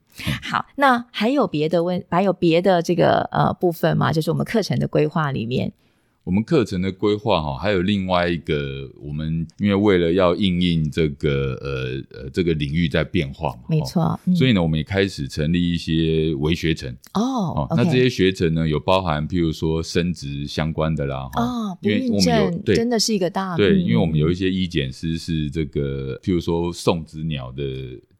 [SPEAKER 1] 好，那还有别的问，还有别的这个呃部分吗？就是我们课程的规划里面，
[SPEAKER 2] 我们课程的规划哈，还有另外一个，我们因为为了要应应这个呃呃这个领域在变化嘛，
[SPEAKER 1] 没
[SPEAKER 2] 哦、
[SPEAKER 1] 错，嗯、
[SPEAKER 2] 所以呢，我们也开始成立一些微学程
[SPEAKER 1] 哦
[SPEAKER 2] 哦
[SPEAKER 1] o k
[SPEAKER 2] 那这些学程呢，有包含譬如说生殖相关的啦，哈、
[SPEAKER 1] 哦，不
[SPEAKER 2] 因为
[SPEAKER 1] 孕
[SPEAKER 2] 我们有
[SPEAKER 1] 症
[SPEAKER 2] 对
[SPEAKER 1] 真的是一个大
[SPEAKER 2] 对，
[SPEAKER 1] 嗯
[SPEAKER 2] 因为我们有一些医检师是这个，譬如说送子鸟的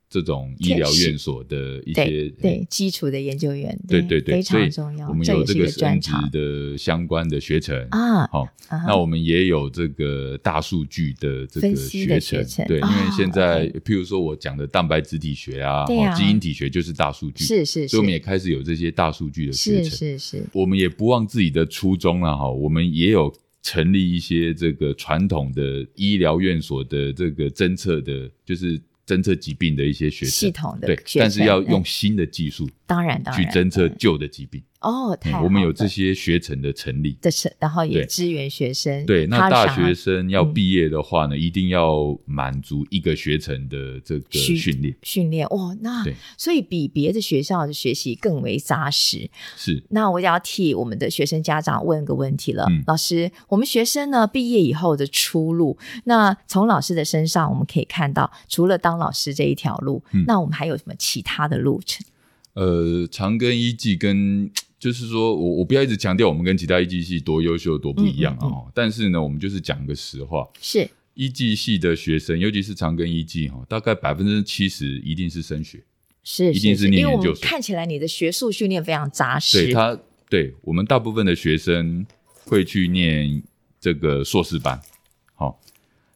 [SPEAKER 2] 这种医疗院所的一些
[SPEAKER 1] 对对基础的研究员，
[SPEAKER 2] 对对对，
[SPEAKER 1] 非
[SPEAKER 2] 所以
[SPEAKER 1] 常重要，
[SPEAKER 2] 我们
[SPEAKER 1] 这
[SPEAKER 2] 有
[SPEAKER 1] 也是一
[SPEAKER 2] 这个
[SPEAKER 1] 个
[SPEAKER 2] 生
[SPEAKER 1] 专
[SPEAKER 2] 殖
[SPEAKER 1] 长
[SPEAKER 2] 的相关的学程
[SPEAKER 1] 啊。
[SPEAKER 2] 好、
[SPEAKER 1] 啊哈
[SPEAKER 2] 那我们也有这个大数据的这个
[SPEAKER 1] 分析
[SPEAKER 2] 学
[SPEAKER 1] 的
[SPEAKER 2] 程，
[SPEAKER 1] 学程
[SPEAKER 2] 对，因为
[SPEAKER 1] 啊
[SPEAKER 2] 现在、譬如说我讲的蛋白质体学啊，
[SPEAKER 1] 对
[SPEAKER 2] 哦
[SPEAKER 1] 啊
[SPEAKER 2] 基因体学就是大数据，
[SPEAKER 1] 是是
[SPEAKER 2] 所以我们
[SPEAKER 1] 是
[SPEAKER 2] 也开始有这些大数据的学
[SPEAKER 1] 是
[SPEAKER 2] 程。
[SPEAKER 1] 是是，
[SPEAKER 2] 我们也不忘自己的初衷了、哈，我们也有成立一些这个传统的医疗院所的这个侦测的，就是侦测疾病的一些学程
[SPEAKER 1] 系统的
[SPEAKER 2] 对
[SPEAKER 1] 学，
[SPEAKER 2] 但是
[SPEAKER 1] 程
[SPEAKER 2] 要
[SPEAKER 1] 嗯
[SPEAKER 2] 用新的技术
[SPEAKER 1] 当然当
[SPEAKER 2] 去
[SPEAKER 1] 然
[SPEAKER 2] 侦测
[SPEAKER 1] 当然
[SPEAKER 2] 旧的疾病。
[SPEAKER 1] 哦，太
[SPEAKER 2] 我们有这
[SPEAKER 1] 自己
[SPEAKER 2] 些学程的成立，
[SPEAKER 1] 的是，然后也
[SPEAKER 2] 对
[SPEAKER 1] 支援学生，
[SPEAKER 2] 对，那
[SPEAKER 1] 他
[SPEAKER 2] 大
[SPEAKER 1] 想
[SPEAKER 2] 学生要
[SPEAKER 1] 嗯
[SPEAKER 2] 毕业的话呢，一定要满足一个学程的这个
[SPEAKER 1] 需
[SPEAKER 2] 训练，
[SPEAKER 1] 训练哇，那
[SPEAKER 2] 对
[SPEAKER 1] 所以比别的学校的学习更为扎实，
[SPEAKER 2] 是
[SPEAKER 1] 那我也要替我们的学生家长问个问题了，
[SPEAKER 2] 嗯
[SPEAKER 1] 老师，我们学生呢毕业以后的出路，那从老师的身上我们可以看到，除了当老师这一条路，
[SPEAKER 2] 嗯
[SPEAKER 1] 那我们还有什么其他的路程？
[SPEAKER 2] 呃，长庚一技跟就是说我我不要一直强调我们跟其他一技系多优秀多不一样啊、
[SPEAKER 1] 嗯嗯
[SPEAKER 2] 哦，但是呢，我们就是讲个实话，
[SPEAKER 1] 是
[SPEAKER 2] 一技系的学生，尤其是长庚一技哈、哦，大概百分之七十一定是升学，
[SPEAKER 1] 是，
[SPEAKER 2] 一定是
[SPEAKER 1] 是
[SPEAKER 2] 念
[SPEAKER 1] 因为我
[SPEAKER 2] 研究
[SPEAKER 1] 们
[SPEAKER 2] 所
[SPEAKER 1] 看起来你的学术训练非常扎实，
[SPEAKER 2] 对他，对我们大部分的学生会去念这个硕士班，好、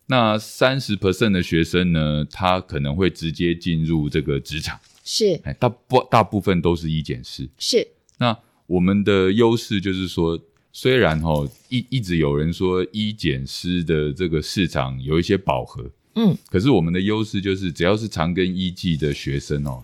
[SPEAKER 2] 那三十 percent 的学生呢，他可能会直接进入这个职场，
[SPEAKER 1] 是
[SPEAKER 2] 哎，大部大部分都是一检师。
[SPEAKER 1] 是
[SPEAKER 2] 那我们的优势就是说，虽然哈、一一直有人说医检师的这个市场有一些饱和，
[SPEAKER 1] 嗯，
[SPEAKER 2] 可是我们的优势就是，只要是长庚医技的学生哦，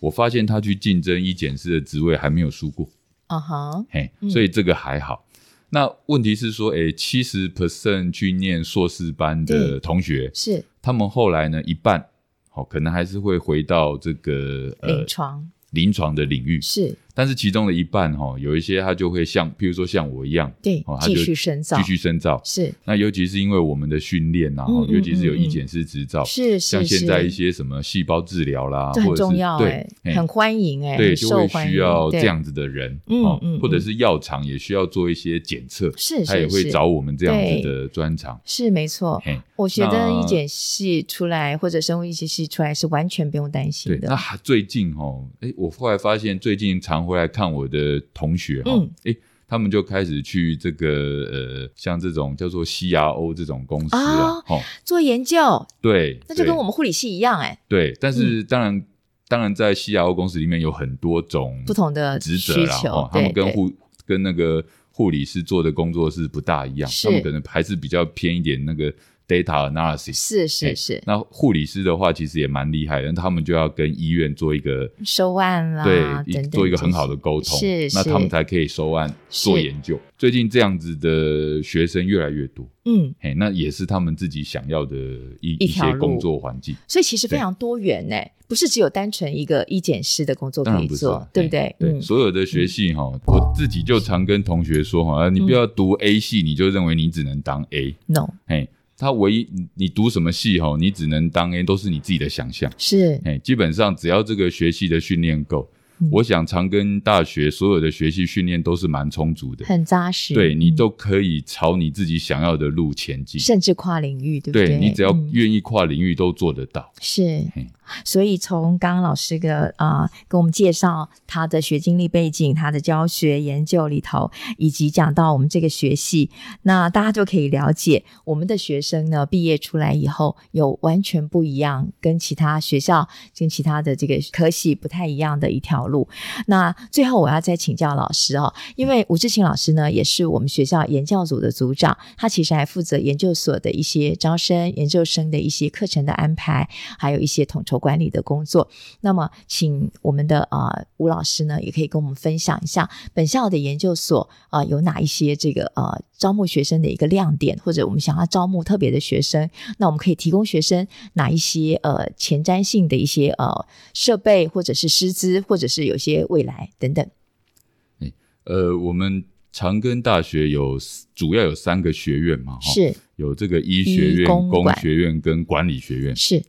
[SPEAKER 2] 我发现他去竞争医检师的职位还没有输过，
[SPEAKER 1] 啊哈，
[SPEAKER 2] 嘿
[SPEAKER 1] 嗯，
[SPEAKER 2] 所以这个还好。那问题是说，诶，七十 percent 去念硕士班的
[SPEAKER 1] 对
[SPEAKER 2] 同学，
[SPEAKER 1] 是
[SPEAKER 2] 他们后来呢，一半好、可能还是会回到这个呃
[SPEAKER 1] 临床
[SPEAKER 2] 临床的领域，
[SPEAKER 1] 是
[SPEAKER 2] 但是其中的一半哈、哦，有一些他就会像，譬如说像我一样，
[SPEAKER 1] 对
[SPEAKER 2] 哦，他
[SPEAKER 1] 继
[SPEAKER 2] 就
[SPEAKER 1] 续深造
[SPEAKER 2] 继，续深造。
[SPEAKER 1] 是
[SPEAKER 2] 那尤其是因为我们的训练呐、啊，
[SPEAKER 1] 嗯嗯
[SPEAKER 2] 尤其是有
[SPEAKER 1] 嗯嗯
[SPEAKER 2] 医检师执照，
[SPEAKER 1] 是
[SPEAKER 2] 像
[SPEAKER 1] 是
[SPEAKER 2] 现在一
[SPEAKER 1] 是，
[SPEAKER 2] 些什么细胞治疗啦，
[SPEAKER 1] 这
[SPEAKER 2] 或
[SPEAKER 1] 很
[SPEAKER 2] 者
[SPEAKER 1] 重
[SPEAKER 2] 是
[SPEAKER 1] 要哎
[SPEAKER 2] 对，，嘿
[SPEAKER 1] 很欢迎哎，
[SPEAKER 2] 对，
[SPEAKER 1] 很
[SPEAKER 2] 就
[SPEAKER 1] 受
[SPEAKER 2] 会
[SPEAKER 1] 欢
[SPEAKER 2] 需
[SPEAKER 1] 迎
[SPEAKER 2] 要
[SPEAKER 1] 对
[SPEAKER 2] 这样子的人，
[SPEAKER 1] 嗯
[SPEAKER 2] 哦
[SPEAKER 1] 嗯
[SPEAKER 2] 或者
[SPEAKER 1] 嗯
[SPEAKER 2] 是药厂也需要做一些检测，
[SPEAKER 1] 是
[SPEAKER 2] 他也
[SPEAKER 1] 是
[SPEAKER 2] 会
[SPEAKER 1] 是
[SPEAKER 2] 找我们这样
[SPEAKER 1] 对
[SPEAKER 2] 子的专长。
[SPEAKER 1] 是没错，
[SPEAKER 2] 嘿，
[SPEAKER 1] 我觉得
[SPEAKER 2] 那
[SPEAKER 1] 一检系出来或者生物一些系出来是完全不用担
[SPEAKER 2] 对
[SPEAKER 1] 心，
[SPEAKER 2] 那
[SPEAKER 1] 的。
[SPEAKER 2] 还最近哦，哎，我后来发现最近常回来看我的同学哈、哦
[SPEAKER 1] 嗯，
[SPEAKER 2] 哎、他们就开始去这个呃，像这种叫做 CRO 这种公司啊
[SPEAKER 1] 啊，
[SPEAKER 2] 哦，
[SPEAKER 1] 做研究，
[SPEAKER 2] 对，
[SPEAKER 1] 那就跟
[SPEAKER 2] 对
[SPEAKER 1] 我们护理系一样哎，
[SPEAKER 2] 对，但是当然，当然在 CRO 公司里面有很多种
[SPEAKER 1] 不同的
[SPEAKER 2] 职责
[SPEAKER 1] 需
[SPEAKER 2] 啦，
[SPEAKER 1] 求
[SPEAKER 2] 哦，他们
[SPEAKER 1] 对
[SPEAKER 2] 跟
[SPEAKER 1] 对
[SPEAKER 2] 护跟那个护理师做的工作是不大一样，他们
[SPEAKER 1] 是
[SPEAKER 2] 可能还是比较偏一点那个 data analysis。
[SPEAKER 1] 是是
[SPEAKER 2] 哎
[SPEAKER 1] 是，
[SPEAKER 2] 那护理师的话，其实也蛮厉害的，他们就要跟医院做一个
[SPEAKER 1] 收案啦，
[SPEAKER 2] 对
[SPEAKER 1] 啊等
[SPEAKER 2] 一
[SPEAKER 1] 等，
[SPEAKER 2] 做一个很好
[SPEAKER 1] 的。
[SPEAKER 2] 的沟通，
[SPEAKER 1] 是
[SPEAKER 2] 那他们
[SPEAKER 1] 是
[SPEAKER 2] 才可以收案做
[SPEAKER 1] 是
[SPEAKER 2] 研究。最近这样子的学生越来越多，
[SPEAKER 1] 嗯，
[SPEAKER 2] 嘿，那也是他们自己想要的一
[SPEAKER 1] 一
[SPEAKER 2] 一
[SPEAKER 1] 条
[SPEAKER 2] 些
[SPEAKER 1] 路
[SPEAKER 2] 工作环境。
[SPEAKER 1] 所以其实非
[SPEAKER 2] 对
[SPEAKER 1] 常多元呢、不是只有单纯一个医检师的工作
[SPEAKER 2] 当
[SPEAKER 1] 可
[SPEAKER 2] 然
[SPEAKER 1] 以
[SPEAKER 2] 不是
[SPEAKER 1] 做
[SPEAKER 2] 啊，
[SPEAKER 1] 对不
[SPEAKER 2] 哎
[SPEAKER 1] 对？嗯，
[SPEAKER 2] 对，
[SPEAKER 1] 嗯
[SPEAKER 2] 所有的学系哈，我自己就常跟同学说哈，啊你不要读 A 系，你就认为你只能当 A，
[SPEAKER 1] no
[SPEAKER 2] 嘿，他唯一你你读什么系哈，你只能当 A，都是你自己的想象。
[SPEAKER 1] 是
[SPEAKER 2] 哎，基本上只要这个学系的训练够
[SPEAKER 1] 嗯，
[SPEAKER 2] 我想长庚大学所有的学系训练都是蛮充足的，
[SPEAKER 1] 很扎实，
[SPEAKER 2] 对你
[SPEAKER 1] 嗯
[SPEAKER 2] 都可以朝你自己想要的路前进。
[SPEAKER 1] 甚至跨领域，对不对
[SPEAKER 2] 对你只要
[SPEAKER 1] 嗯
[SPEAKER 2] 愿意跨领域都做得到。
[SPEAKER 1] 是
[SPEAKER 2] 嘿，
[SPEAKER 1] 所以从刚刚老师的啊、呃给我们介绍他的学经历背景、他的教学研究里头，以及讲到我们这个学系，那大家就可以了解我们的学生呢，毕业出来以后有完全不一样，跟其他学校、跟其他的这个科系不太一样的一条路。那最后我要再请教老师哦，因为吴志勤老师呢，也是我们学校研教组的组长，他其实还负责研究所的一些招生、研究生的一些课程的安排，还有一些统筹管理的工作。那么，请我们的啊、呃吴老师呢，也可以跟我们分享一下本校的研究所啊、呃有哪一些这个呃招募学生的一个亮点，或者我们想要招募特别的学生，那我们可以提供学生哪一些呃前瞻性的一些呃设备，或者是师资，或者是有些未来等等。
[SPEAKER 2] 呃，我们长庚大学有主要有三个学院嘛，哈，
[SPEAKER 1] 是
[SPEAKER 2] 有这个医学
[SPEAKER 1] 医
[SPEAKER 2] 院、
[SPEAKER 1] 工
[SPEAKER 2] 工
[SPEAKER 1] 管
[SPEAKER 2] 学院跟管理学院。
[SPEAKER 1] 是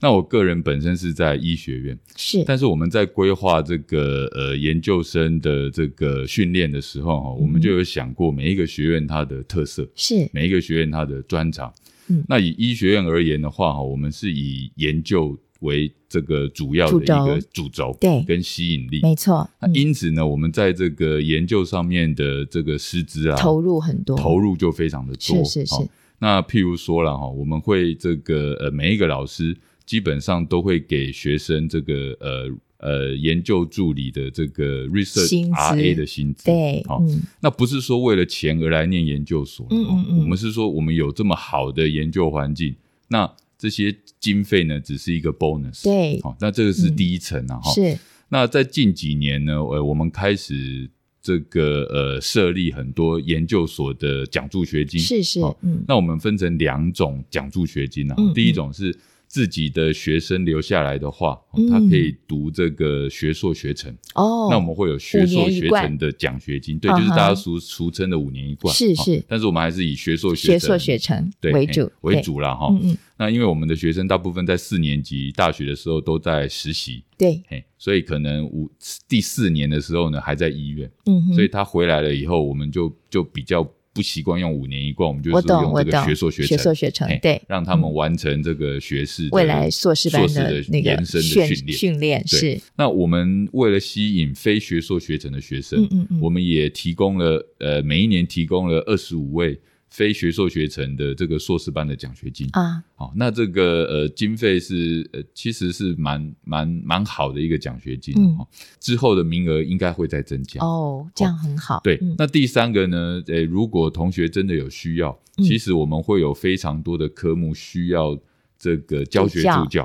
[SPEAKER 2] 那我个人本身是在医学院，
[SPEAKER 1] 是，
[SPEAKER 2] 但是我们在规划这个呃研究生的这个训练的时候，哈，我
[SPEAKER 1] 嗯哼
[SPEAKER 2] 们就有想过每一个学院它的特色，
[SPEAKER 1] 是
[SPEAKER 2] 每一个学院它的专长。
[SPEAKER 1] 嗯
[SPEAKER 2] 那以医学院而言的话，哈，我们是以研究为这个主要的一个主轴，
[SPEAKER 1] 对
[SPEAKER 2] 跟吸引力。
[SPEAKER 1] 没嗯错，
[SPEAKER 2] 那因此呢，我们在这个研究上面的这个师资啊，
[SPEAKER 1] 嗯投入很多，
[SPEAKER 2] 投入就非常的多。
[SPEAKER 1] 是是是
[SPEAKER 2] 哦那譬如说了哈，我们会这个呃，每一个老师基本上都会给学生这个呃呃研究助理的这个 research
[SPEAKER 1] 薪资
[SPEAKER 2] RA 的薪资。
[SPEAKER 1] 对，
[SPEAKER 2] 好、
[SPEAKER 1] 嗯，
[SPEAKER 2] 那不是说为了钱而来念研究所啦，
[SPEAKER 1] 嗯嗯嗯
[SPEAKER 2] 哦我们是说我们有这么好的研究环境，那这些经费呢，只是一个 bonus。
[SPEAKER 1] 对，
[SPEAKER 2] 好、那这个是
[SPEAKER 1] 嗯
[SPEAKER 2] 第一层啊，哈、
[SPEAKER 1] 是
[SPEAKER 2] 那在近几年呢，呃，我们开始这个呃设立很多研究所的奖助学金。
[SPEAKER 1] 是是
[SPEAKER 2] 好，
[SPEAKER 1] 嗯，
[SPEAKER 2] 那我们分成两种奖助学金啊，
[SPEAKER 1] 嗯
[SPEAKER 2] 第一种是自己的学生留下来的话，哦
[SPEAKER 1] 嗯
[SPEAKER 2] 他可以读这个学硕学程。
[SPEAKER 1] 哦，
[SPEAKER 2] 那我们会有学硕学程的奖学金，对，就是
[SPEAKER 1] 嗯哼
[SPEAKER 2] 大家俗俗称的五年一贯。
[SPEAKER 1] 是
[SPEAKER 2] 哦
[SPEAKER 1] 是
[SPEAKER 2] 但是我们还是以学硕
[SPEAKER 1] 学
[SPEAKER 2] 学
[SPEAKER 1] 硕
[SPEAKER 2] 程
[SPEAKER 1] 学程
[SPEAKER 2] 对
[SPEAKER 1] 为
[SPEAKER 2] 嘿
[SPEAKER 1] 主
[SPEAKER 2] 为
[SPEAKER 1] 对
[SPEAKER 2] 主哦啦哈。
[SPEAKER 1] 嗯嗯，
[SPEAKER 2] 那因为我们的学生大部分在四年级大学的时候都在实习，
[SPEAKER 1] 对，
[SPEAKER 2] 嘿，所以可能五第四年的时候呢，还在医院，
[SPEAKER 1] 嗯哼，
[SPEAKER 2] 所以他回来了以后，我们就就比较不习惯用五年一贯，我们就
[SPEAKER 1] 我
[SPEAKER 2] 是
[SPEAKER 1] 懂
[SPEAKER 2] 用
[SPEAKER 1] 我
[SPEAKER 2] 这个
[SPEAKER 1] 懂，
[SPEAKER 2] 学硕学
[SPEAKER 1] 学硕
[SPEAKER 2] 程，
[SPEAKER 1] 学程
[SPEAKER 2] 嘿，
[SPEAKER 1] 对，嗯
[SPEAKER 2] 让他们完成这个学士的
[SPEAKER 1] 未来硕士班
[SPEAKER 2] 硕士的
[SPEAKER 1] 那个
[SPEAKER 2] 延伸
[SPEAKER 1] 训
[SPEAKER 2] 的训练。
[SPEAKER 1] 训练
[SPEAKER 2] 对
[SPEAKER 1] 是，
[SPEAKER 2] 那我们为了吸引非学硕学程的学生，
[SPEAKER 1] 嗯嗯嗯
[SPEAKER 2] 我们也提供了呃每一年提供了二十五位非学硕学程的这个硕士班的奖学金。
[SPEAKER 1] 啊，
[SPEAKER 2] 好、那这个呃经费是呃其实是蛮蛮蛮好的一个奖学金
[SPEAKER 1] 嗯
[SPEAKER 2] 哦，之后的名额应该会再增加。
[SPEAKER 1] 哦，这样很好，
[SPEAKER 2] 对，
[SPEAKER 1] 嗯
[SPEAKER 2] 那第三个呢？呃，如果同学真的有需要，
[SPEAKER 1] 嗯
[SPEAKER 2] 其实我们会有非常多的科目需要这个教学助教。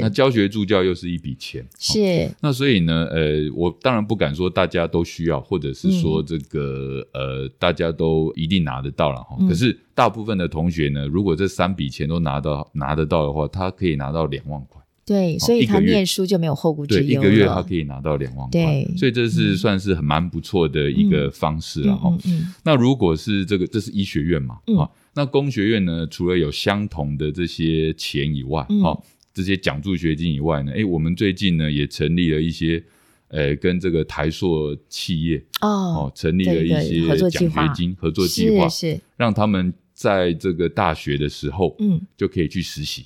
[SPEAKER 2] 那
[SPEAKER 1] 是
[SPEAKER 2] 教学助教又是一笔钱，哦
[SPEAKER 1] 是
[SPEAKER 2] 那所以呢，呃，我当然不敢说大家都需要，或者是说
[SPEAKER 1] 嗯
[SPEAKER 2] 这个、呃，大家都一定拿得到了哈。
[SPEAKER 1] 嗯
[SPEAKER 2] 可是大部分的同学呢，如果这三笔钱都拿到拿得到的话，他可以拿到两万块，
[SPEAKER 1] 对，所以
[SPEAKER 2] 哦一个
[SPEAKER 1] 他
[SPEAKER 2] 月
[SPEAKER 1] 念书就没有后顾之
[SPEAKER 2] 对，一
[SPEAKER 1] 忧
[SPEAKER 2] 个月他
[SPEAKER 1] 了
[SPEAKER 2] 可，以拿到两万块
[SPEAKER 1] 对，
[SPEAKER 2] 所以这
[SPEAKER 1] 嗯
[SPEAKER 2] 是算是很蛮不错的一个方式了哈。哦
[SPEAKER 1] 嗯嗯
[SPEAKER 2] 那如果是这个，这是医学院嘛，
[SPEAKER 1] 嗯
[SPEAKER 2] 啊，那工学院呢，除了有相同的这些钱以外，
[SPEAKER 1] 嗯
[SPEAKER 2] 啊，这些奖助学金以外呢，诶，我们最近呢也成立了一些，呃，跟这个台塑企业
[SPEAKER 1] 嗯，哦
[SPEAKER 2] 哦，，成立了一
[SPEAKER 1] 对对合
[SPEAKER 2] 些
[SPEAKER 1] 作计
[SPEAKER 2] 奖
[SPEAKER 1] 划
[SPEAKER 2] 学金合作计划，
[SPEAKER 1] 是是，
[SPEAKER 2] 让他们在这个大学的时候，
[SPEAKER 1] 嗯，
[SPEAKER 2] 就可以去实习，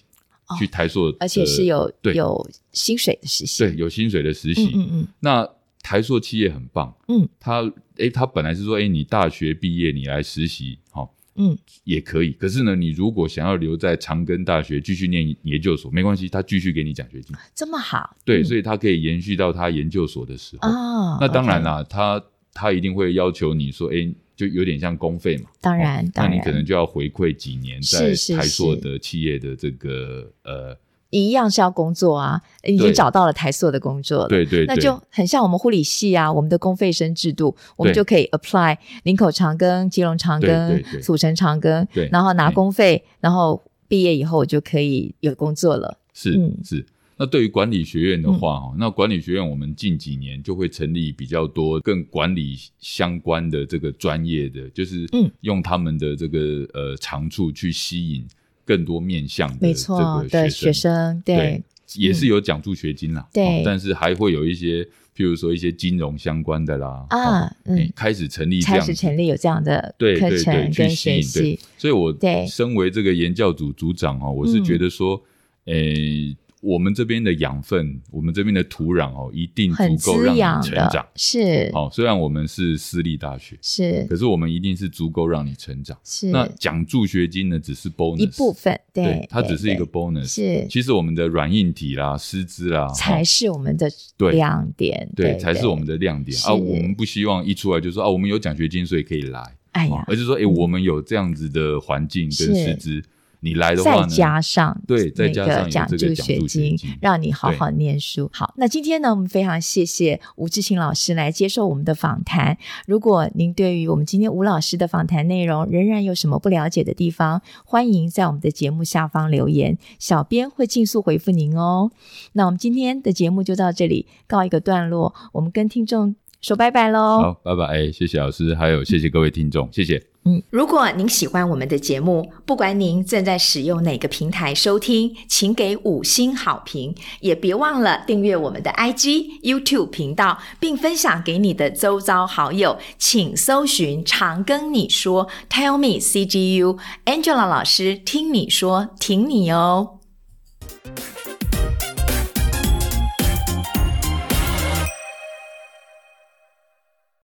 [SPEAKER 1] 哦
[SPEAKER 2] 去台塑的，
[SPEAKER 1] 而且是有
[SPEAKER 2] 呃对
[SPEAKER 1] 有薪水的实习，
[SPEAKER 2] 对有薪水的实习
[SPEAKER 1] 嗯，嗯嗯，
[SPEAKER 2] 那台塑企业很棒，
[SPEAKER 1] 嗯，
[SPEAKER 2] 他诶，他本来是说，诶，你大学毕业你来实习，好、
[SPEAKER 1] 嗯，
[SPEAKER 2] 也可以。可是呢，你如果想要留在长庚大学继续念研究所，没关系，他继续给你奖学金。
[SPEAKER 1] 这么好，
[SPEAKER 2] 对，
[SPEAKER 1] 啊嗯
[SPEAKER 2] 所以他可以延续到他研究所的时候。
[SPEAKER 1] 啊，
[SPEAKER 2] 哦那当然
[SPEAKER 1] OK，
[SPEAKER 2] 啦，他他一定会要求你说，诶，就有点像公费嘛。
[SPEAKER 1] 当然，
[SPEAKER 2] 哦那
[SPEAKER 1] 当
[SPEAKER 2] 你可
[SPEAKER 1] 然，
[SPEAKER 2] 能就要回馈几年在
[SPEAKER 1] 是是
[SPEAKER 2] 台塑
[SPEAKER 1] 是
[SPEAKER 2] 的企业的这个呃，
[SPEAKER 1] 一样是要工作啊，已经
[SPEAKER 2] 对
[SPEAKER 1] 找到了台塑的工作了。
[SPEAKER 2] 对对
[SPEAKER 1] 呃那
[SPEAKER 2] 对，
[SPEAKER 1] 就很像我们护理系啊，我们的公费生制度，我们
[SPEAKER 2] 对
[SPEAKER 1] 就可以 apply 林口长庚、基隆长
[SPEAKER 2] 对
[SPEAKER 1] 庚
[SPEAKER 2] 对、对
[SPEAKER 1] 土城长庚
[SPEAKER 2] 对，
[SPEAKER 1] 然后拿
[SPEAKER 2] 嗯
[SPEAKER 1] 公费，然后毕业以后我就可以有工作了。
[SPEAKER 2] 是、
[SPEAKER 1] 嗯
[SPEAKER 2] 是。那对于管理学院的话，哈、那管理学院我们近几年就会成立比较多跟管理相关的这个专业的，就是
[SPEAKER 1] 嗯
[SPEAKER 2] 用他们的这个呃长处去吸引更多面向的
[SPEAKER 1] 没
[SPEAKER 2] 呃这
[SPEAKER 1] 错
[SPEAKER 2] 个，
[SPEAKER 1] 对
[SPEAKER 2] 学
[SPEAKER 1] 学
[SPEAKER 2] 生，
[SPEAKER 1] 生，对，嗯
[SPEAKER 2] 也是有奖助学金啦，
[SPEAKER 1] 对
[SPEAKER 2] 哦但是还会有一些，譬如说一些金融相关的啦，哦
[SPEAKER 1] 啊，
[SPEAKER 2] 哎
[SPEAKER 1] 嗯，
[SPEAKER 2] 开始成立这
[SPEAKER 1] 开
[SPEAKER 2] 样子
[SPEAKER 1] 始成立有这样的
[SPEAKER 2] 对
[SPEAKER 1] 课
[SPEAKER 2] 对对
[SPEAKER 1] 程
[SPEAKER 2] 去
[SPEAKER 1] 跟
[SPEAKER 2] 吸
[SPEAKER 1] 学
[SPEAKER 2] 引
[SPEAKER 1] 习
[SPEAKER 2] 对，，所以我
[SPEAKER 1] 对
[SPEAKER 2] 身为这个研教组组长哦，我是
[SPEAKER 1] 嗯
[SPEAKER 2] 觉得说，诶、我们这边的养分，我们这边的土壤哦，一定
[SPEAKER 1] 很
[SPEAKER 2] 足够
[SPEAKER 1] 滋
[SPEAKER 2] 让
[SPEAKER 1] 养
[SPEAKER 2] 你成长
[SPEAKER 1] 的。，是
[SPEAKER 2] 哦，虽然我们是私立大学，
[SPEAKER 1] 是
[SPEAKER 2] 可是我们一定是足够让你成长。
[SPEAKER 1] 是
[SPEAKER 2] 那奖助学金呢，只是 bonus
[SPEAKER 1] 一部，分，
[SPEAKER 2] 对，它
[SPEAKER 1] 对
[SPEAKER 2] 只是一个
[SPEAKER 1] 对
[SPEAKER 2] bonus。
[SPEAKER 1] 是
[SPEAKER 2] 其实我们的软硬体啦、师资啦，
[SPEAKER 1] 才
[SPEAKER 2] 哦
[SPEAKER 1] 是我们的
[SPEAKER 2] 对
[SPEAKER 1] 亮点，
[SPEAKER 2] 对才是我们。的亮点啊。
[SPEAKER 1] 是
[SPEAKER 2] 我们不希望一出来就说啊，我们有奖学金，所以可以来。
[SPEAKER 1] 哎
[SPEAKER 2] 哦
[SPEAKER 1] 呀，
[SPEAKER 2] 而是说，哎、我们有这样子的环境跟
[SPEAKER 1] 是
[SPEAKER 2] 师资，你来的话
[SPEAKER 1] 再
[SPEAKER 2] 呢，
[SPEAKER 1] 加上
[SPEAKER 2] 对再加上
[SPEAKER 1] 那
[SPEAKER 2] 有
[SPEAKER 1] 个奖
[SPEAKER 2] 这个奖
[SPEAKER 1] 学
[SPEAKER 2] 助学
[SPEAKER 1] 金
[SPEAKER 2] 金，
[SPEAKER 1] 让你好好念书。好，那今天呢，我们非常谢谢吴志勤老师来接受我们的访谈。如果您对于我们今天吴老师的访谈内容仍然有什么不了解的地方，欢迎在我们的节目下方留言，小编会尽速回复您哦。那我们今天的节目就到这里告一个段落，我们跟听众说拜拜喽。
[SPEAKER 2] 好，拜拜，哎、谢谢老师，还有谢谢各位听众，谢谢。
[SPEAKER 1] 嗯，如果您喜欢我们的节目，不管您正在使用哪个平台收听，请给五星好评，也别忘了订阅我们的 IG、YouTube 频道，并分享给你的周遭好友。请搜寻“常跟你说 ”，Tell me CGU Angela 老师听你说，挺你哦。